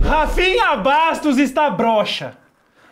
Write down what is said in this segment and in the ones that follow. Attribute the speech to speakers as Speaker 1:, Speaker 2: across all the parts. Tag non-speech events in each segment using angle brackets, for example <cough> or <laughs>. Speaker 1: Rafinha Bastos está broxa.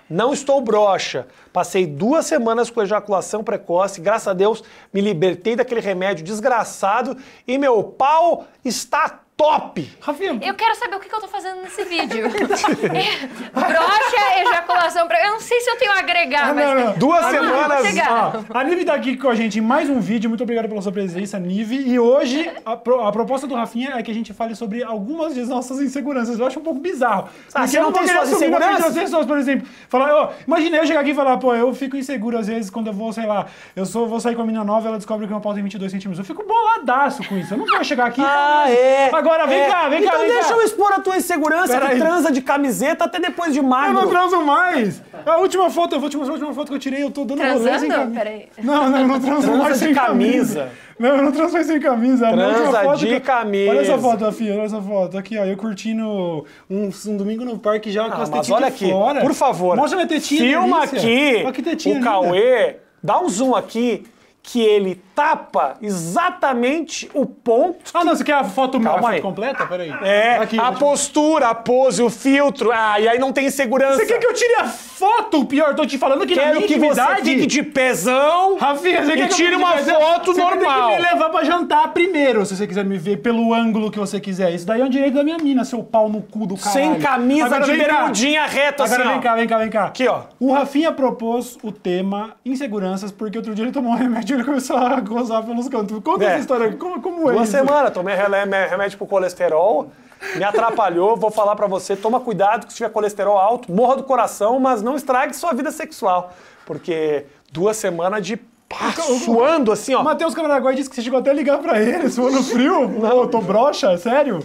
Speaker 2: Não estou broxa. Passei duas semanas com ejaculação precoce. Graças a Deus, me libertei daquele remédio desgraçado e meu pau está top.
Speaker 1: Rafinha,
Speaker 3: Eu quero saber o que, que eu tô fazendo
Speaker 2: <laughs>
Speaker 3: nesse vídeo.
Speaker 2: É.
Speaker 3: Brocha, ejaculação. Pra... Eu não sei se eu tenho a agregar,
Speaker 1: Ah,
Speaker 3: mas.
Speaker 1: não, não.
Speaker 2: Duas
Speaker 3: Vamos
Speaker 2: semanas.
Speaker 3: chegar.
Speaker 1: Ó, a Nive tá aqui com a gente em mais um vídeo. Muito obrigado pela sua presença, Nive. E hoje a, pro- a proposta do Rafinha é que a gente fale sobre algumas das nossas inseguranças. Eu acho um pouco bizarro.
Speaker 2: Ah,
Speaker 1: Porque
Speaker 2: você
Speaker 1: eu
Speaker 2: não
Speaker 1: vou
Speaker 2: tem
Speaker 1: querer
Speaker 2: suas
Speaker 1: assumir na frente
Speaker 2: inseguranças?
Speaker 1: das pessoas, por exemplo. Falar, ó, imagina eu chegar aqui e falar, pô, eu fico inseguro às vezes quando eu vou, sei lá, eu sou, vou sair com a menina nova ela descobre que é meu pau tem 22 centímetros. Eu fico boladaço com isso. Eu não vou chegar aqui. e falar,
Speaker 2: Ah, é.
Speaker 1: Agora, vem
Speaker 2: É.
Speaker 1: cá, vem
Speaker 2: então
Speaker 1: cá, vem
Speaker 2: Então deixa
Speaker 1: cá.
Speaker 2: eu expor a tua insegurança
Speaker 1: Pera
Speaker 2: que
Speaker 1: aí.
Speaker 2: transa de camiseta até depois de
Speaker 1: Eu não
Speaker 2: magro.
Speaker 1: transo mais! A última foto, eu vou te mostrar a última foto que eu tirei, eu tô dando rolê sem
Speaker 3: Transando?
Speaker 1: camisa.
Speaker 3: Peraí.
Speaker 1: Não, não, eu não transo
Speaker 2: Transa
Speaker 1: mais
Speaker 2: de
Speaker 1: sem camisa.
Speaker 2: camisa.
Speaker 1: Não, eu não transo mais sem camisa. A
Speaker 2: Transa
Speaker 1: última foto
Speaker 2: de
Speaker 1: que eu-
Speaker 2: camisa.
Speaker 1: Olha essa foto, Rafinha, olha essa foto. Aqui, ó, eu curtindo um, um domingo no parque já com as
Speaker 2: Ah, mas
Speaker 1: tetinhas
Speaker 2: olha
Speaker 1: de
Speaker 2: aqui,
Speaker 1: fora.
Speaker 2: por favor.
Speaker 1: Mostra minha tetinha,
Speaker 2: Filma
Speaker 1: delícia.
Speaker 2: aqui
Speaker 1: Olha que tetinha
Speaker 2: o
Speaker 1: linda.
Speaker 2: Cauê, dá um zoom aqui, que ele tapa exatamente o ponto.
Speaker 1: Ah, não, você quer a foto, minha, a
Speaker 2: Calma
Speaker 1: foto
Speaker 2: aí.
Speaker 1: completa? Peraí.
Speaker 2: É,
Speaker 1: Tá Aqui,
Speaker 2: a
Speaker 1: deixa eu-
Speaker 2: postura, a pose, o filtro. Ah, e aí não tem segurança.
Speaker 1: Você quer que eu tire a foto? O pior, tô te falando que na
Speaker 2: Quero
Speaker 1: minha
Speaker 2: que você
Speaker 1: intimidade-
Speaker 2: fique de pezão.
Speaker 1: Rafinha, você quer
Speaker 2: E
Speaker 1: que eu
Speaker 2: tira
Speaker 1: fique
Speaker 2: uma
Speaker 1: mais-
Speaker 2: foto
Speaker 1: você
Speaker 2: normal.
Speaker 1: Tem que me levar pra jantar primeiro, se você quiser me ver pelo ângulo que você quiser. Isso daí é um direito da minha mina, seu pau no cu do caralho.
Speaker 2: Sem camisa,
Speaker 1: Agora
Speaker 2: de
Speaker 1: vem cá.
Speaker 2: bermudinha reta,
Speaker 1: Agora
Speaker 2: assim,
Speaker 1: vem
Speaker 2: ó.
Speaker 1: cá, vem cá, vem cá.
Speaker 2: Aqui, ó.
Speaker 1: O Rafinha propôs o tema inseguranças, porque outro dia ele tomou um remédio e ele começou a gozar pelos cantos. Conta
Speaker 2: É.
Speaker 1: essa história, como, como é
Speaker 2: Uma
Speaker 1: isso?
Speaker 2: semana, tomei relé- remédio pro colesterol, me atrapalhou, vou falar pra você, toma cuidado que se tiver colesterol alto, morra do coração, mas não estrague sua vida sexual. Porque duas semanas de pá, suando assim, ó.
Speaker 1: Matheus Camaraguai disse que você chegou até a ligar pra ele, suando frio. Não, eu tô broxa, é sério?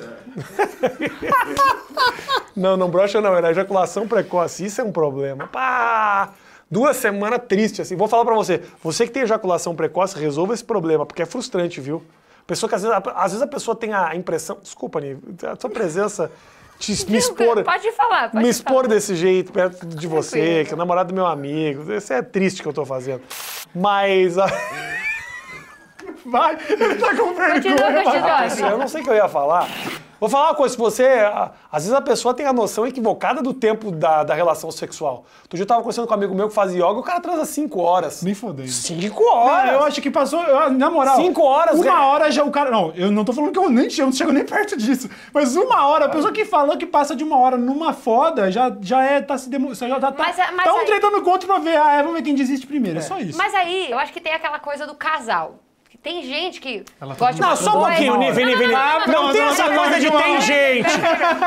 Speaker 2: Não, não brocha não, era ejaculação precoce, isso é um problema. Pá! Duas semanas triste, assim. Vou falar pra você, você que tem ejaculação precoce, resolva esse problema, porque é frustrante, viu? Pessoa que às vezes, às vezes a pessoa tem a impressão... Desculpa, Nive, a sua presença te, me expor...
Speaker 3: Pode falar, pode
Speaker 2: me
Speaker 3: falar.
Speaker 2: expor desse jeito perto de você,
Speaker 3: Tranquilo.
Speaker 2: que é o namorado do meu amigo. Isso é triste que eu tô fazendo. Mas. <laughs> a-
Speaker 1: Vai, <laughs> ele tá com vergonha.
Speaker 3: Continua, continua.
Speaker 2: Nossa, eu não sei o que eu ia falar. Vou falar uma coisa, se você. a- Às vezes a pessoa tem a noção equivocada do tempo da, da relação sexual. Outro dia eu tava conversando com um amigo meu que faz yoga, o cara transa 5 horas.
Speaker 1: Nem fodendo.
Speaker 2: 5 horas!
Speaker 1: Ah, eu acho que passou, eu- na moral.
Speaker 2: Cinco horas,
Speaker 1: Uma
Speaker 2: né?
Speaker 1: hora já o cara. Não, eu não tô falando que eu nem chego, não chego nem <laughs> perto disso. Mas uma hora, a pessoa que falou que passa de uma hora numa foda já, já é. Tá se demo, já tá.
Speaker 3: Mas
Speaker 1: tá
Speaker 3: é- mas
Speaker 1: tão
Speaker 3: aí-
Speaker 1: tretando com o outro pra ver. Ah, é, vamos ver quem desiste primeiro. É, só isso.
Speaker 3: Mas aí, eu acho que tem aquela coisa do casal. Que Tem gente que
Speaker 1: Ela tá
Speaker 3: gosta de
Speaker 2: Não,
Speaker 3: uma
Speaker 2: só um
Speaker 3: coisa-
Speaker 2: pouquinho, Nive,
Speaker 3: Não, não,
Speaker 2: Nive, Nive.
Speaker 1: ah,
Speaker 3: não, não, não,
Speaker 2: Não
Speaker 3: não,
Speaker 2: tem
Speaker 3: não,
Speaker 2: essa
Speaker 3: não,
Speaker 2: coisa de
Speaker 3: não,
Speaker 2: tem
Speaker 3: não.
Speaker 2: gente.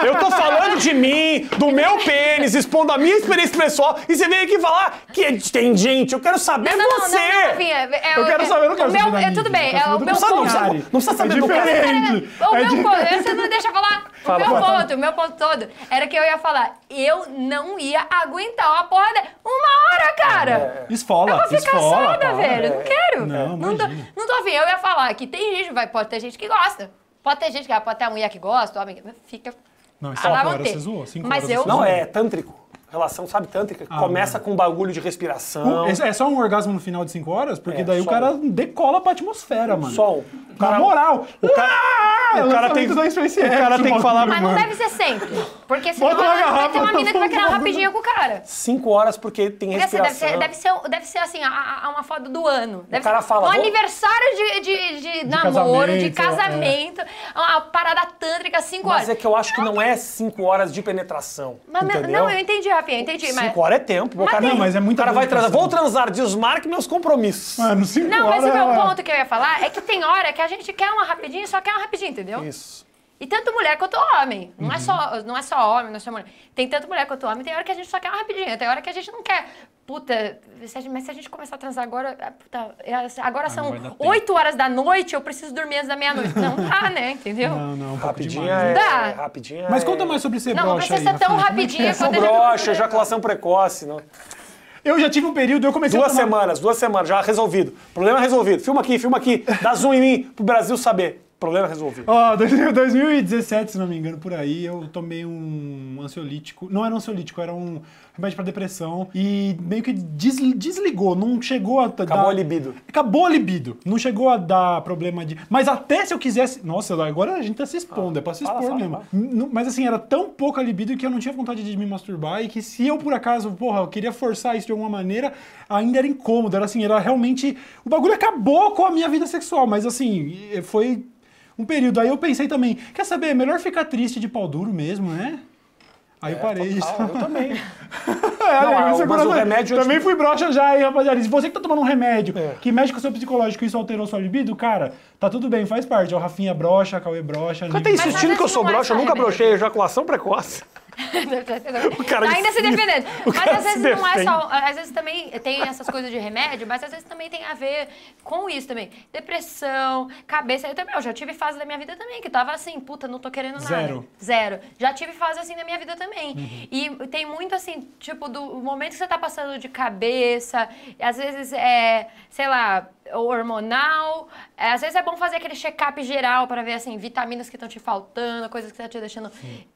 Speaker 2: Eu tô falando de mim, do meu pênis, expondo a minha experiência pessoal, e você vem aqui falar que tem gente. Eu quero saber
Speaker 3: Não, não, não,
Speaker 2: você.
Speaker 3: não, não, Rafinha, é-
Speaker 1: É Eu quero saber, eu não quero
Speaker 3: o meu,
Speaker 1: saber da
Speaker 3: é, Tudo
Speaker 1: mídia,
Speaker 3: bem,
Speaker 1: eu quero
Speaker 3: é o
Speaker 1: saber do
Speaker 3: meu
Speaker 1: casal.
Speaker 3: ponto.
Speaker 2: Não precisa- não precisa
Speaker 1: É
Speaker 2: saber do cara.
Speaker 1: diferente.
Speaker 3: O
Speaker 1: É
Speaker 3: meu
Speaker 1: di-
Speaker 3: ponto, você não deixa eu falar.
Speaker 2: Fala,
Speaker 3: o meu
Speaker 2: fala.
Speaker 3: ponto, o meu ponto todo, era que eu ia falar, eu não ia aguentar a porra da... Uma hora, cara!
Speaker 1: <laughs> Esfola,
Speaker 3: Eu vou ficar
Speaker 1: esfola,
Speaker 2: tá,
Speaker 3: assada,
Speaker 1: para.
Speaker 3: velho, não quero.
Speaker 1: Não,
Speaker 3: tô,
Speaker 1: imagina.
Speaker 3: não tô afim, eu ia falar que tem gente, vai, pode ter gente que gosta. Pode ter gente que ah, pode ter a mulher que gosta, o homem que... Fica...
Speaker 1: Não, é
Speaker 3: Ah,
Speaker 1: cinco
Speaker 3: lá vão
Speaker 1: horas,
Speaker 3: ter.
Speaker 1: você zoou? Cinco
Speaker 3: Mas
Speaker 1: horas,
Speaker 3: eu...
Speaker 1: você
Speaker 2: Não, é tântrico. Relação, sabe, tântrica. que começa com bagulho de respiração.
Speaker 1: Um- É é só um orgasmo no final de 5 horas? Porque
Speaker 2: Então- É,
Speaker 1: daí o
Speaker 2: só
Speaker 1: cara decola pra atmosfera, mano.
Speaker 2: Sol.
Speaker 1: O cara, Na moral. Ah,
Speaker 2: O cara, o cara tem,
Speaker 1: lançamento da Space
Speaker 2: o cara
Speaker 1: X,
Speaker 2: tem que
Speaker 1: mano.
Speaker 2: falar
Speaker 3: Mas não
Speaker 2: mano,
Speaker 3: deve ser sempre. Porque senão
Speaker 1: Bota uma
Speaker 3: vai- vai ter uma
Speaker 1: garrafa,
Speaker 3: mina que vai querer
Speaker 1: por favor.
Speaker 3: rapidinho com o cara.
Speaker 2: cinco horas porque tem
Speaker 3: Porque, assim, deve
Speaker 2: respiração.
Speaker 3: ser, deve ser, deve ser, assim, a- a- uma foto do ano. Deve
Speaker 2: cara
Speaker 3: ser
Speaker 2: fala,
Speaker 3: Um
Speaker 2: "Vou-"
Speaker 3: aniversário de, de, de namoro, de
Speaker 1: casamento, é.
Speaker 3: casamento, uma parada tântrica, cinco
Speaker 2: Mas
Speaker 3: horas.
Speaker 2: é que eu acho que não é cinco horas de penetração.
Speaker 3: Mas me-
Speaker 2: entendeu?
Speaker 3: não, eu entendi, Rafinha, eu entendi. mas...
Speaker 2: Cinco horas é tempo. O
Speaker 3: Mas
Speaker 2: cara,
Speaker 3: tem- Não,
Speaker 1: mas é muita É.
Speaker 2: o cara vai transar.
Speaker 1: dedicação.
Speaker 2: Vou transar, desmarque meus compromissos.
Speaker 1: Mano, 5
Speaker 3: Não,
Speaker 1: horas.
Speaker 3: mas o meu
Speaker 1: é-
Speaker 3: ponto que eu ia falar é que tem hora que a gente quer uma rapidinha e só quer uma rapidinha, entendeu?
Speaker 2: Isso.
Speaker 3: E tanto mulher quanto homem. Não,
Speaker 1: Uhum.
Speaker 3: é só, não é só homem, não é só mulher. Tem tanto mulher quanto homem, tem hora que a gente só quer uma rapidinha, tem hora que a gente não quer. Puta, se a gente- mas se a gente começar a transar agora, ah, puta, é, agora
Speaker 1: Ah, não vai dar
Speaker 3: são
Speaker 1: tempo.
Speaker 3: 8 horas da noite, eu preciso dormir antes da meia-noite. Não dá, né? Entendeu?
Speaker 1: Não, não, um pouco
Speaker 2: Rapidinha
Speaker 1: demais.
Speaker 2: é.
Speaker 3: né? Dá.
Speaker 2: Rapidinha
Speaker 1: Mas
Speaker 2: é-
Speaker 1: conta mais sobre ser
Speaker 3: Não, não
Speaker 1: broxa
Speaker 3: precisa
Speaker 1: aí,
Speaker 3: ser tão
Speaker 1: Rafinha.
Speaker 3: rapidinha
Speaker 2: Sou
Speaker 3: quanto a gente-
Speaker 2: broxa, ejaculação precoce. Não.
Speaker 1: Eu já tive um período, eu comecei
Speaker 2: Duas
Speaker 1: a tomar...
Speaker 2: semanas, duas semanas, já resolvido. Problema resolvido. Filma aqui, filma aqui. Dá zoom em mim pro Brasil saber. Problema resolvido.
Speaker 1: Ó, <laughs> 2000 2017, se não me engano, por aí, eu tomei um ansiolítico. Não era um ansiolítico, era um remédio pra depressão. E meio que desli- desligou, não chegou a t- dar...
Speaker 2: Acabou a libido.
Speaker 1: Acabou a libido. Não chegou a dar problema de... Mas até se eu quisesse... Nossa, agora a gente tá se expondo, é pra se
Speaker 2: fala,
Speaker 1: expor
Speaker 2: fala,
Speaker 1: mesmo.
Speaker 2: fala.
Speaker 1: N- Mas assim, era tão pouca libido que eu não tinha vontade de me masturbar e que se eu, por acaso, porra, eu queria forçar isso de alguma maneira, ainda era incômodo. Era assim, era realmente... O bagulho acabou com a minha vida sexual, mas assim, eh, foi um período. Aí eu pensei também, quer saber, é melhor ficar triste de pau duro mesmo, né? Aí eu parei.
Speaker 2: É, Total,
Speaker 1: <laughs>
Speaker 2: eu também.
Speaker 1: É,
Speaker 2: Não,
Speaker 1: amigo,
Speaker 2: mas
Speaker 1: segura
Speaker 2: o
Speaker 1: lá.
Speaker 2: remédio tipo eu
Speaker 1: Também
Speaker 2: te-
Speaker 1: fui broxa já, hein, rapaziada. Se você que tá tomando um remédio
Speaker 2: É.
Speaker 1: que mexe com o seu psicológico e isso alterou sua libido, cara, tá tudo bem, faz parte. Ó, Rafinha broxa, Cauê broxa.
Speaker 2: Eu
Speaker 1: Nico-
Speaker 2: tenho
Speaker 3: Mas às
Speaker 2: insistindo que eu
Speaker 3: vezes
Speaker 2: sou
Speaker 3: não é
Speaker 2: broxa, eu
Speaker 3: só
Speaker 2: nunca
Speaker 3: remédio.
Speaker 2: brochei, ejaculação precoce. <laughs>
Speaker 3: o
Speaker 2: cara
Speaker 3: tá ainda
Speaker 2: se-
Speaker 3: se defendendo.
Speaker 2: o
Speaker 3: Mas
Speaker 2: cara
Speaker 3: às vezes
Speaker 2: se
Speaker 3: não é
Speaker 2: defende.
Speaker 3: só. Às vezes também tem essas coisas de remédio, mas às vezes também tem a ver com isso também. Depressão, cabeça. Eu também, eu já tive fase da minha vida também, que tava assim, puta, não tô querendo nada.
Speaker 1: Zero.
Speaker 3: Zero. Já tive fase assim na minha vida também.
Speaker 1: Uhum.
Speaker 3: E tem muito assim, tipo, do momento que você tá passando de cabeça, e às vezes é, sei lá, hormonal. É, às vezes é bom fazer aquele check-up geral pra ver assim, vitaminas que estão te faltando, coisas que tá te deixando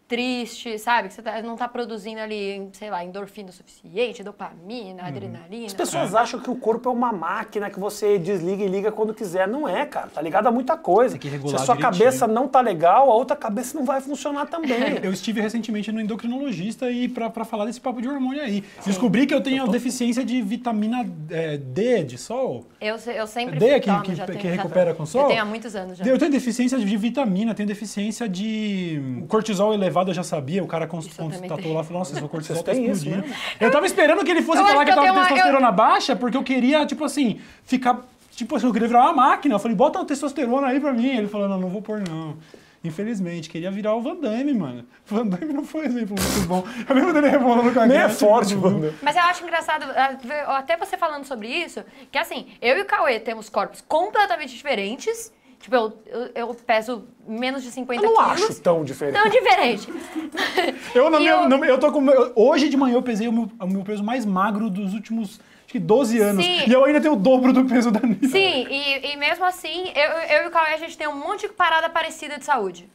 Speaker 3: triste, sabe? Que você tá- não tá produzindo ali, sei lá, endorfina o suficiente,
Speaker 1: Uhum.
Speaker 3: dopamina, adrenalina.
Speaker 2: As pessoas acham que o corpo é uma máquina que você desliga e liga quando quiser. Não é, cara. Tá ligado a muita coisa.
Speaker 1: que
Speaker 2: Se
Speaker 1: regular
Speaker 2: a sua
Speaker 1: direitinho.
Speaker 2: cabeça não tá legal, a outra cabeça não vai funcionar também.
Speaker 1: <laughs>
Speaker 2: <laughs>
Speaker 1: Eu estive recentemente no endocrinologista e pra, pra falar desse papo de hormônio aí. Descobri que eu tenho deficiência de vitamina é, D de sol.
Speaker 3: Eu, se- eu sempre
Speaker 1: Dei
Speaker 3: fui
Speaker 1: aqui
Speaker 3: toma,
Speaker 1: que-
Speaker 3: já
Speaker 1: que
Speaker 3: tenho- já-
Speaker 1: recupera com sol?
Speaker 3: Eu tenho há muitos anos já.
Speaker 1: Eu tenho deficiência de vitamina, tenho deficiência de. O cortisol elevado eu já sabia, o cara cons-
Speaker 3: Isso eu também
Speaker 1: constatou
Speaker 3: tenho.
Speaker 1: lá e falou: Nossa, seu cortisol
Speaker 2: Vocês
Speaker 1: tá
Speaker 2: têm isso né?
Speaker 1: explodindo. Eu tava esperando que ele fosse
Speaker 3: Eu acho
Speaker 1: falar que
Speaker 3: que eu
Speaker 1: tava com
Speaker 3: tenho uma-
Speaker 1: testosterona baixa, porque eu queria, tipo assim, ficar. Tipo assim, eu queria virar uma máquina. Eu falei: Bota uma testosterona aí pra mim. Ele falou: Não, não vou pôr não. Infelizmente, queria virar o Van Damme, mano. Van Damme não foi um exemplo muito bom. Eu lembro dele rebolando com a
Speaker 2: Nem é
Speaker 1: Gretchen,
Speaker 2: forte,
Speaker 1: tipo,
Speaker 2: mano.
Speaker 3: Mas eu acho engraçado, ah, ver- até você falando sobre isso, que assim, eu e o Cauê temos corpos completamente diferentes. Tipo, eu, eu, eu peso menos de 50
Speaker 2: Eu não
Speaker 3: quilos.
Speaker 2: acho tão diferente.
Speaker 3: Tão diferente.
Speaker 1: Eu, na
Speaker 3: E
Speaker 1: minha-
Speaker 3: eu-
Speaker 1: na minha- eu tô com. eu- Hoje de manhã eu pesei o meu, o meu peso mais magro dos últimos. Acho que 12 anos.
Speaker 3: Sim.
Speaker 1: E eu ainda tenho o dobro do peso da Nina.
Speaker 3: Sim, e, e mesmo assim, eu, eu e o Cauê, a gente tem um monte de parada parecida de saúde.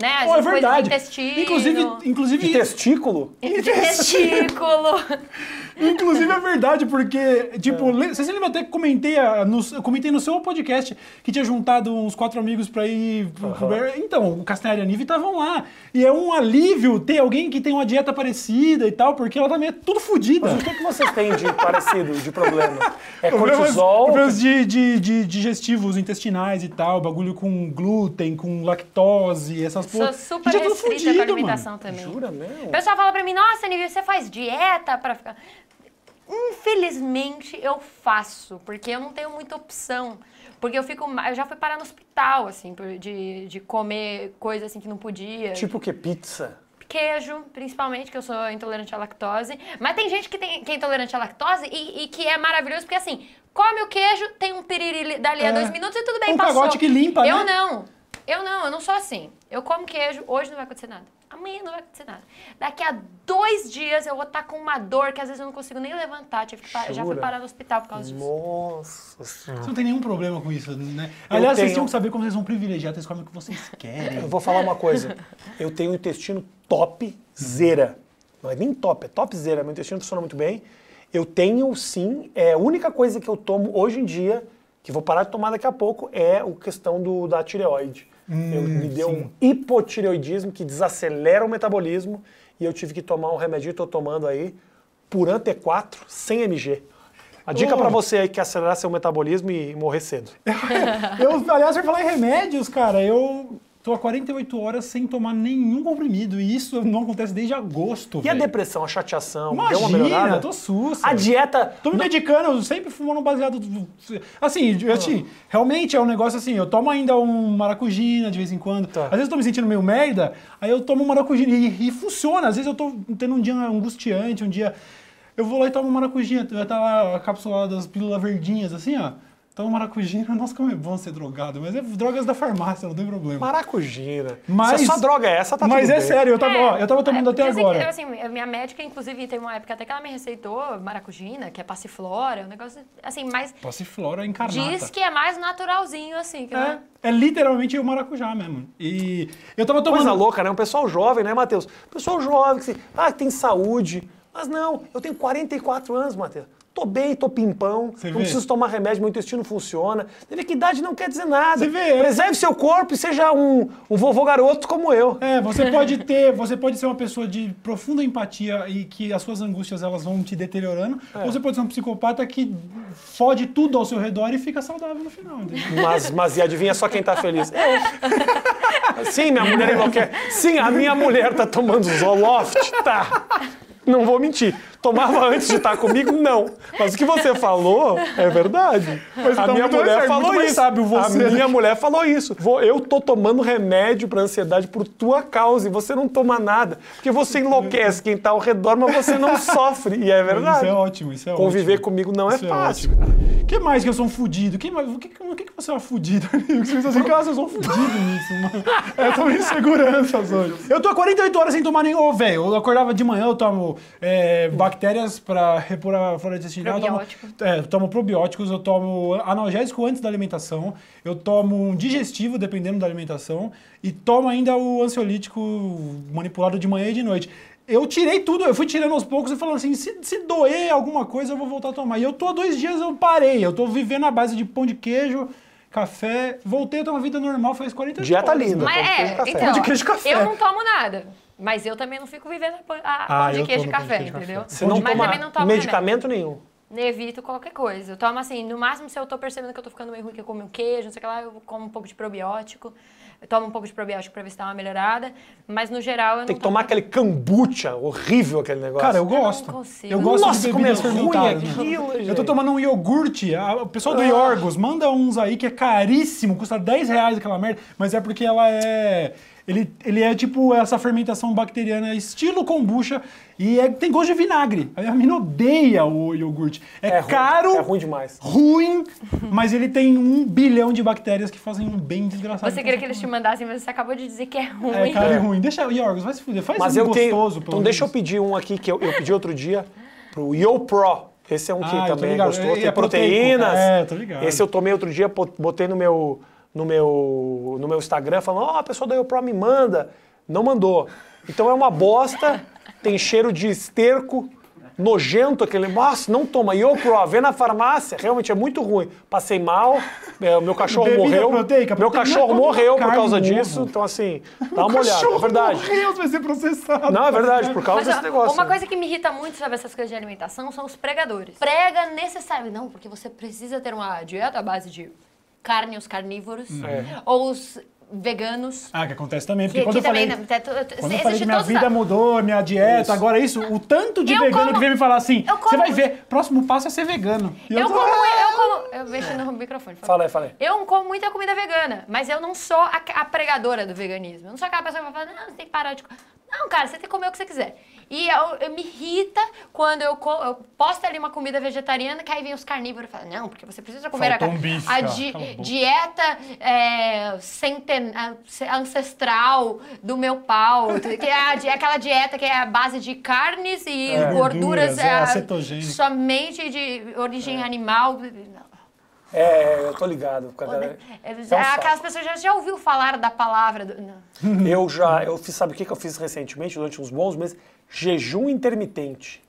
Speaker 3: Né?
Speaker 1: Pô,
Speaker 3: Às
Speaker 1: é
Speaker 3: vezes coisa
Speaker 1: verdade.
Speaker 3: De intestino.
Speaker 1: inclusive, inclusive,
Speaker 2: De testículo?
Speaker 3: de testículo.
Speaker 1: <laughs> inclusive é verdade, porque, tipo,
Speaker 2: É.
Speaker 1: le- você se lembra até que comentei, ah, no, eu comentei no seu podcast que tinha juntado uns quatro amigos pra ir. pro- pro- Então, o Castanhari e a Nive estavam lá. E é um alívio ter alguém que tem uma dieta parecida e tal, porque ela também é tudo fodida.
Speaker 2: Mas o que, que vocês têm
Speaker 1: <laughs>
Speaker 2: de parecido, de problema? É
Speaker 1: Problemas-
Speaker 2: cortisol?
Speaker 1: Problemas de, de- de digestivos intestinais e tal, bagulho com glúten, com lactose, essas
Speaker 3: Sou
Speaker 1: porras.
Speaker 3: super
Speaker 1: Gente, é tudo
Speaker 3: restrita
Speaker 1: fudido,
Speaker 3: com a alimentação
Speaker 1: é
Speaker 3: também.
Speaker 2: Jura mesmo?
Speaker 3: O pessoal fala pra mim, nossa, Nívia, você faz dieta pra ficar... Infelizmente, eu faço, porque eu não tenho muita opção. Porque eu fico... ma- Eu já fui parar no hospital, assim, por- de, de comer coisa, assim, que não podia.
Speaker 2: Tipo o quê? Pizza?
Speaker 3: Queijo, principalmente, que eu sou intolerante à lactose. Mas tem gente que, tem, que é intolerante à lactose e, e que é maravilhoso, porque assim, come o queijo, tem um piriri dali a
Speaker 1: É.
Speaker 3: dois minutos e tudo bem,
Speaker 1: Um
Speaker 3: passou.
Speaker 1: cagote que limpa,
Speaker 3: Eu
Speaker 1: né?
Speaker 3: não. Eu não, eu não sou assim. Eu como queijo, hoje não vai acontecer nada. Amanhã não vai acontecer nada. Daqui a dois dias eu vou estar com uma dor que às vezes eu não consigo nem levantar. Tive que pa- já fui
Speaker 2: Jura?
Speaker 3: parar no hospital por causa disso.
Speaker 2: Nossa senhora.
Speaker 1: Você não tem nenhum problema com isso, né?
Speaker 2: Eu
Speaker 1: Aliás, vocês
Speaker 2: tenho.
Speaker 1: tinham que saber como vocês vão privilegiar, vocês comem o que vocês querem.
Speaker 2: Eu vou falar uma coisa. Eu tenho um intestino topzera. Não é nem top, é topzera. Meu intestino funciona muito bem. Eu tenho, sim, é a única coisa que eu tomo hoje em dia, que vou parar de tomar daqui a pouco, é a questão do, da tireoide.
Speaker 1: Hum,
Speaker 2: eu, me deu um hipotireoidismo que desacelera o metabolismo e eu tive que tomar um remedinho que eu tô tomando aí, Puran T4, 100 mg. A dica
Speaker 1: Oh.
Speaker 2: pra você aí que quer acelerar seu metabolismo e morrer cedo.
Speaker 1: Eu, aliás, pra falar em remédios, cara, eu tô há 48 horas sem tomar nenhum comprimido. E isso não acontece desde agosto.
Speaker 2: E a
Speaker 1: velho.
Speaker 2: depressão, a chateação, deu uma
Speaker 1: Imagina,
Speaker 2: melhorada?
Speaker 1: eu tô sussa.
Speaker 2: A dieta.
Speaker 1: Tô me medicando, eu sempre fumo no baseado. Assim, eu, assim, realmente é um negócio assim, eu tomo ainda um maracujina de vez em quando.
Speaker 2: Tá.
Speaker 1: Às vezes eu tô me sentindo meio merda, aí eu tomo um maracujina e, e funciona. Às vezes eu tô tendo um dia tá angustiante, um dia. Eu vou lá e tomo um maracujina, vai estar lá a cápsula das pílulas verdinhas, assim, ó. Então, maracujina, <laughs> nós como é bom ser drogado, mas é drogas da farmácia, não tem problema.
Speaker 2: Maracujina.
Speaker 1: Mas-
Speaker 2: Se a sua droga é essa, tá
Speaker 1: mas
Speaker 2: tudo
Speaker 1: é
Speaker 2: bem.
Speaker 1: sério, eu tava, ó, eu tava
Speaker 3: É,
Speaker 1: tomando até
Speaker 3: porque, assim, eu,
Speaker 1: agora.
Speaker 3: assim, a minha médica, inclusive, tem uma época até que ela me receitou maracujina, que é passiflora, um negócio assim, mas
Speaker 1: Passiflora encarnata.
Speaker 3: diz que é mais naturalzinho, assim. Que não é-
Speaker 1: É, é literalmente o maracujá mesmo. E eu tava tomando...
Speaker 2: Coisa louca, né? Um pessoal jovem, né, Matheus? Pessoal jovem, que se, ah, tem saúde. Mas não, eu tenho 44 anos, Matheus. Tô bem, tô pimpão, não
Speaker 1: vê?
Speaker 2: preciso tomar remédio, meu intestino funciona. Você vê que idade não quer dizer nada.
Speaker 1: Você vê, é-
Speaker 2: Preserve seu corpo e seja um, um vovô garoto como eu.
Speaker 1: É, você
Speaker 2: <laughs>
Speaker 1: pode ter, você pode ser uma pessoa de profunda empatia e que as suas angústias elas vão te deteriorando,
Speaker 2: É.
Speaker 1: ou você pode ser um psicopata que fode tudo ao seu redor e fica saudável no final, entendeu?
Speaker 2: Mas, mas e adivinha só quem tá feliz? Eu. Sim, minha mulher enlouquece. Sim, a minha mulher tá tomando Zoloft, tá. Não vou mentir. Tomava antes de estar comigo? Não. Mas o que você falou é verdade.
Speaker 1: Mas
Speaker 2: a
Speaker 1: tá
Speaker 2: minha
Speaker 1: muito mais
Speaker 2: mulher
Speaker 1: sério,
Speaker 2: falou
Speaker 1: muito mais
Speaker 2: isso.
Speaker 1: sábio você,
Speaker 2: a
Speaker 1: né?
Speaker 2: minha mulher falou isso. Vou- Eu tô tomando remédio pra ansiedade por tua causa e você não toma nada. Porque você enlouquece quem tá ao redor, mas você não sofre. E é
Speaker 1: Isso
Speaker 2: verdade.
Speaker 1: é ótimo, isso é
Speaker 2: Conviver
Speaker 1: ótimo.
Speaker 2: comigo não é
Speaker 1: Isso é
Speaker 2: fácil.
Speaker 1: O que mais que eu sou um fudido? Quem mais- O que, o que, que você é um fudido? <laughs> Você pensa assim, cara, eu sou um fudido nisso, mano. Eu tô em inseguranças hoje. Eu tô há 48 horas sem tomar nem ovo, velho. Eu acordava de manhã, eu tomo é, bactérias pra repor a flora intestinal. eu tomo-
Speaker 3: Probiótico.
Speaker 1: é, eu tomo probióticos, eu tomo analgésico antes da alimentação, eu tomo um digestivo dependendo da alimentação e tomo ainda o ansiolítico manipulado de manhã e de noite. Eu tirei tudo, eu fui tirando aos poucos e falando assim, se, se doer alguma coisa eu vou voltar a tomar. E eu tô há dois dias, eu parei, eu tô vivendo à base de pão de queijo, café, voltei a ter uma vida normal faz 40
Speaker 2: Dieta
Speaker 1: horas.
Speaker 2: linda.
Speaker 3: Mas
Speaker 2: pão de queijo e café.
Speaker 3: é, então,
Speaker 2: Pão
Speaker 1: de queijo e café.
Speaker 3: eu não tomo nada. Mas eu também não fico vivendo a pão a
Speaker 1: Ah,
Speaker 3: pão de
Speaker 1: eu
Speaker 3: queijo e
Speaker 1: tomo pão de
Speaker 3: café,
Speaker 1: queijo e
Speaker 3: entendeu?
Speaker 1: café.
Speaker 2: Você não
Speaker 3: mas
Speaker 2: toma
Speaker 3: também não tomo remédio.
Speaker 2: medicamento nenhum.
Speaker 3: Evito qualquer coisa. Eu tomo assim, no máximo se eu tô percebendo que eu tô ficando meio ruim, que eu como um queijo, não sei o que lá, eu como um pouco de probiótico. Eu tomo um pouco de probiótico pra ver se dá uma melhorada. Mas no geral eu
Speaker 2: Tem
Speaker 3: não
Speaker 2: que tomar aquele kombucha, horrível aquele negócio.
Speaker 1: Cara, eu gosto.
Speaker 3: consigo.
Speaker 1: eu gosto
Speaker 2: Nossa,
Speaker 1: de
Speaker 2: como é
Speaker 1: bebidas
Speaker 2: ruim
Speaker 1: fermentadas.
Speaker 2: aquilo,
Speaker 1: né? Eu tô
Speaker 2: gente.
Speaker 1: tomando um iogurte. a- O pessoal do Yorgos, manda uns aí que é caríssimo, custa 10 reais aquela merda, mas é porque ela é. Ele, ele é tipo essa fermentação bacteriana, estilo kombucha, e é- tem gosto de vinagre. A minha mina odeia o iogurte. É,
Speaker 2: É ruim,
Speaker 1: caro,
Speaker 2: é ruim demais.
Speaker 1: ruim, mas ele tem um bilhão de bactérias que fazem um bem desgraçado.
Speaker 3: Você queria que eles te mandassem, mas você acabou de dizer que é ruim.
Speaker 1: É caro e ruim. Deixa, Yorgos, vai se fuder. Faz
Speaker 2: Mas
Speaker 1: um
Speaker 2: eu
Speaker 1: gostoso,
Speaker 2: tenho.
Speaker 1: pelo
Speaker 2: Então deixa eu
Speaker 1: menos.
Speaker 2: pedir um aqui que eu, eu pedi outro dia pro Yo Pro. Esse é um que
Speaker 1: Ah, eu tô
Speaker 2: também é
Speaker 1: ligado.
Speaker 2: gostoso.
Speaker 1: É,
Speaker 2: Tem
Speaker 1: é proteico.
Speaker 2: proteínas.
Speaker 1: É, tô ligado.
Speaker 2: Esse eu tomei outro dia, pot- botei no meu no meu no meu Instagram falando: "Ó, a pessoa da Yo Pro me manda". Não mandou. Então é uma bosta, tem cheiro de esterco. Nojento aquele, nossa, não toma. Yo Pro, vê na farmácia, realmente é muito ruim. Passei mal, é, o meu cachorro
Speaker 1: Bebida
Speaker 2: morreu.
Speaker 1: proteica,
Speaker 2: meu
Speaker 1: proteína
Speaker 2: cachorro
Speaker 1: é como
Speaker 2: morreu por
Speaker 1: carne,
Speaker 2: causa
Speaker 1: ovo.
Speaker 2: disso, então
Speaker 1: <laughs>
Speaker 2: assim, dá uma olhada, é verdade.
Speaker 1: Deus, vai ser processado.
Speaker 2: Não, é verdade, por causa
Speaker 3: Mas, ó,
Speaker 2: desse negócio.
Speaker 3: uma
Speaker 2: né?
Speaker 3: coisa que me irrita muito sobre essas coisas de alimentação são os pregadores. Prega necessariamente. Não, porque você precisa ter uma dieta à base de carne, os carnívoros,
Speaker 1: Hum.
Speaker 3: ou os veganos.
Speaker 1: Ah, que acontece também, porque quando
Speaker 3: que
Speaker 1: eu falei,
Speaker 3: também, né, tu- tu-
Speaker 1: quando eu
Speaker 3: existe
Speaker 1: falei que minha
Speaker 3: todos-
Speaker 1: vida é mudou, minha dieta,
Speaker 2: Isso.
Speaker 1: agora é isso, o tanto de
Speaker 3: Eu
Speaker 1: vegano
Speaker 3: como-
Speaker 1: que vem me falar assim,
Speaker 3: eu
Speaker 1: você
Speaker 3: como-
Speaker 1: vai ver, próximo passo é ser vegano. E
Speaker 3: Eu
Speaker 1: tô- "Ah,
Speaker 3: como, eu como. Eu mexo no microfone. por favor.
Speaker 2: Fala aí, fala aí.
Speaker 3: Eu como muita comida vegana, mas eu não sou a, a pregadora do veganismo. Eu não sou aquela pessoa que vai falar, não, você tem que parar de comer. Não, cara, você tem que comer o que você quiser. E eu, eu me irrita quando eu, co- eu posto ali uma comida vegetariana, que aí vem os carnívoros e falam, não, porque você precisa comer a,
Speaker 1: Faltou um bife,
Speaker 3: a
Speaker 1: cara,
Speaker 3: di-
Speaker 1: cala a boca.
Speaker 3: dieta é, centen- a- se- ancestral do meu pau. <laughs> Que é a di- aquela dieta que é a base de carnes e
Speaker 1: É,
Speaker 3: gorduras.
Speaker 1: gorduras, é,
Speaker 3: ah,
Speaker 1: acetogênica.
Speaker 3: Somente de origem animal. Não.
Speaker 2: É, eu tô ligado. com a galera.
Speaker 3: É,
Speaker 2: É um saco.
Speaker 3: aquelas pessoas já, já ouviu falar da palavra. Do... Não.
Speaker 2: <laughs> Eu já, eu fiz, sabe o que que eu fiz recentemente, durante uns bons meses? Jejum intermitente.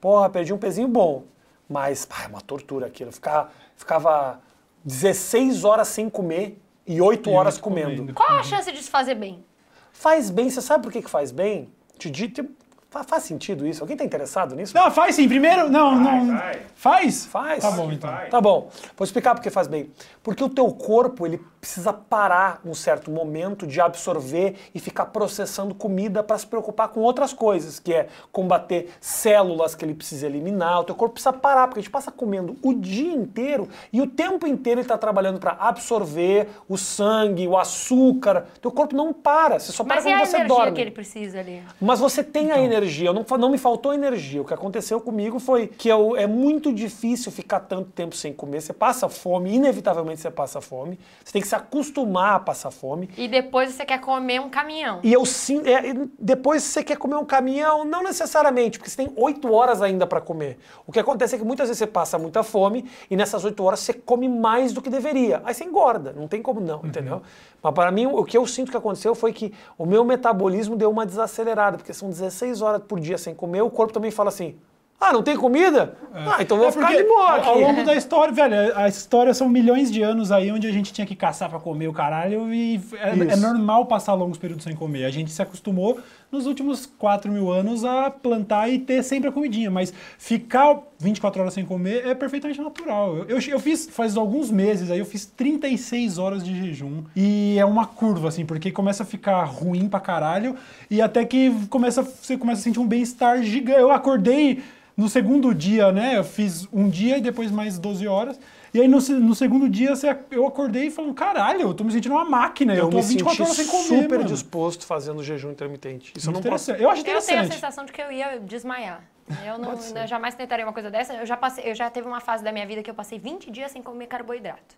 Speaker 2: Porra, perdi um pezinho bom, mas pá, é uma tortura aquilo. Eu Ficava, ficava 16 horas sem comer e 8
Speaker 1: oito
Speaker 2: horas comendo.
Speaker 1: comendo.
Speaker 3: Qual a chance disso fazer bem?
Speaker 2: Faz bem, você sabe por que que faz bem? Te dito, fa- faz sentido isso? Alguém tá interessado nisso?
Speaker 1: Não, faz sim, primeiro, não, não,
Speaker 4: vai.
Speaker 1: faz?
Speaker 2: Faz.
Speaker 1: Tá bom, então.
Speaker 4: Vai.
Speaker 2: Tá bom. Vou explicar porque faz bem. Porque o teu corpo, ele precisa parar um certo momento de absorver e ficar processando comida para se preocupar com outras coisas, que é combater células que ele precisa eliminar. O teu corpo precisa parar, porque a gente passa comendo o dia inteiro e o tempo inteiro ele está trabalhando para absorver o sangue, o açúcar. Teu corpo não para, você só para
Speaker 3: Mas e
Speaker 2: quando
Speaker 3: a
Speaker 2: você
Speaker 3: energia
Speaker 2: dorme.
Speaker 3: que ele precisa ali?
Speaker 2: Mas você tem a energia, eu não, fa- não me faltou energia. O que aconteceu comigo foi que eu, é muito difícil ficar tanto tempo sem comer. Você passa fome, inevitavelmente você passa fome. Você tem que se acostumar a passar fome.
Speaker 3: E depois você quer comer um caminhão.
Speaker 2: E eu sinto. é, e depois você quer comer um caminhão, não necessariamente, porque você tem oito horas ainda para comer. O que acontece é que muitas vezes você passa muita fome e nessas oito horas você come mais do que deveria. Aí você engorda, não tem como não,
Speaker 1: Uhum.
Speaker 2: entendeu? Mas para mim, o que eu sinto que aconteceu foi que o meu metabolismo deu uma desacelerada, porque são 16 horas por dia sem comer, o corpo também fala assim. Ah, não tem comida? Ah, então vou
Speaker 1: É
Speaker 2: ficar
Speaker 1: porque
Speaker 2: de boa aqui.
Speaker 1: Ao longo da história, velho, a história são milhões de anos aí onde a gente tinha que caçar pra comer o caralho e é,
Speaker 2: Isso.
Speaker 1: é normal passar longos períodos sem comer. A gente se acostumou nos últimos 4 mil anos a plantar e ter sempre a comidinha, mas ficar 24 horas sem comer é perfeitamente natural. Eu, eu, eu fiz faz alguns meses aí, eu fiz 36 horas de jejum e é uma curva assim, porque começa a ficar ruim pra caralho e até que começa, você começa a sentir um bem-estar gigante. Eu acordei no segundo dia, né? Eu fiz um dia e depois mais 12 horas. E aí no, se- no segundo dia você- eu acordei e falei, caralho, eu tô me sentindo uma máquina. Eu,
Speaker 2: eu
Speaker 1: tô
Speaker 2: me
Speaker 1: 24
Speaker 2: senti
Speaker 1: horas sem comer.
Speaker 2: super
Speaker 1: mano.
Speaker 2: disposto fazendo jejum intermitente. Isso eu
Speaker 1: Muito
Speaker 2: não posso
Speaker 1: interessante. Eu acho
Speaker 3: Eu tenho a
Speaker 1: interessante.
Speaker 3: sensação de que eu ia desmaiar. Eu, não,
Speaker 2: Pode ser.
Speaker 3: eu jamais tentaria uma coisa dessa. Eu já passei, eu já teve uma fase da minha vida que eu passei 20 dias sem comer carboidrato.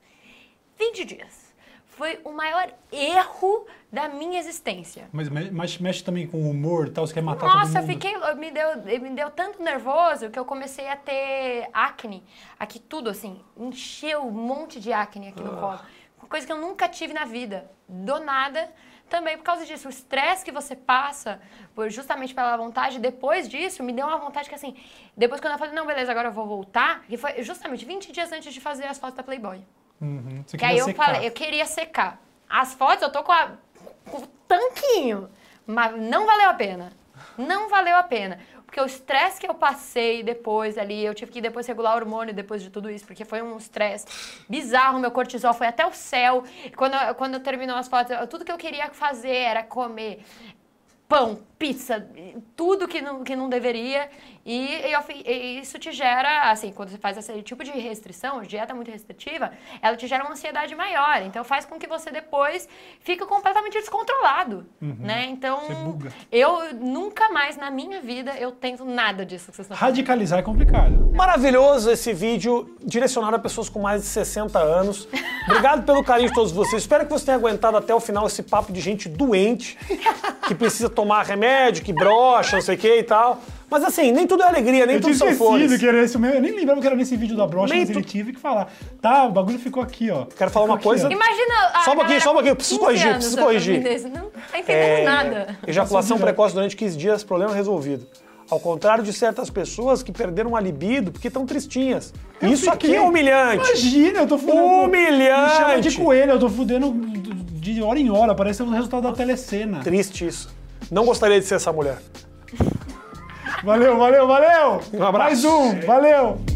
Speaker 3: 20 dias. Foi o maior erro da minha existência.
Speaker 1: Mas, me- mas mexe também com o humor e tal, você quer matar todo mundo.
Speaker 3: Nossa, eu fiquei, eu- me deu, me deu tanto nervoso que eu comecei a ter acne. Aqui tudo assim, encheu um monte de acne aqui
Speaker 1: Ah.
Speaker 3: no colo. Uma coisa que eu nunca tive na vida, do nada. Também por causa disso, o estresse que você passa, por- justamente pela vontade, depois disso, me deu uma vontade que assim, depois quando eu falei, não, beleza, agora eu vou voltar, que foi justamente 20 dias antes de fazer as fotos da Playboy.
Speaker 1: Uhum, você
Speaker 3: Que
Speaker 1: queria
Speaker 3: aí eu
Speaker 1: secar.
Speaker 3: falei, eu queria secar. As fotos eu tô com, a- com o tanquinho, mas não valeu a pena. Não valeu a pena. Porque o estresse que eu passei depois ali, eu tive que depois regular o hormônio depois de tudo isso, porque foi um estresse bizarro, meu cortisol foi até o céu. Quando, eu- quando eu terminou as fotos, eu- tudo que eu queria fazer era comer pão, pizza, tudo que não, que não deveria. E, eu fi- e isso te gera, assim, quando você faz esse tipo de restrição, dieta muito restritiva, ela te gera uma ansiedade maior. Então faz com que você depois fique completamente descontrolado,
Speaker 2: Uhum.
Speaker 3: né? Então,
Speaker 1: Você buga.
Speaker 3: eu nunca mais na minha vida eu tento nada disso que vocês estão falando.
Speaker 1: Radicalizar é complicado.
Speaker 2: Maravilhoso esse vídeo direcionado a pessoas com mais de 60 anos. Obrigado pelo carinho de todos vocês. Espero que você tenha aguentado até o final esse papo de gente doente, que precisa tomar remédio, que brocha, não sei o que e tal. Mas assim, nem tudo é alegria, nem
Speaker 1: Eu tinha
Speaker 2: tudo são
Speaker 1: esquecido
Speaker 2: flores.
Speaker 1: que era esse o meu. Eu nem lembrava que era nesse vídeo da brocha,
Speaker 2: Nem
Speaker 1: mas ele
Speaker 2: tu-
Speaker 1: tive que falar. Tá, o bagulho ficou aqui, ó.
Speaker 2: Quero falar uma
Speaker 1: Ficou aqui,
Speaker 2: coisa.
Speaker 1: ó.
Speaker 3: Imagina. a
Speaker 2: Só um pouquinho,
Speaker 3: galera
Speaker 2: só um pouquinho,
Speaker 3: com
Speaker 2: preciso
Speaker 3: 15
Speaker 2: corrigir,
Speaker 3: anos
Speaker 2: preciso
Speaker 3: ouvindo
Speaker 2: corrigir.
Speaker 3: isso. Não tá entendendo nada.
Speaker 2: É, Ejaculação
Speaker 1: Posso dizer.
Speaker 2: precoce durante 15 dias, problema resolvido. Ao contrário de certas pessoas que perderam a libido porque estão tristinhas.
Speaker 1: Eu
Speaker 2: Isso aqui
Speaker 1: fiquei-
Speaker 2: é humilhante.
Speaker 1: Imagina, eu tô fudendo.
Speaker 2: Humilhante.
Speaker 1: Me chama de coelho, eu tô fudendo de hora em hora. Parece o resultado da telecena.
Speaker 2: Triste isso. Não gostaria de ser essa mulher.
Speaker 1: Valeu, valeu, valeu!
Speaker 2: Um abraço.
Speaker 1: Mais um, valeu!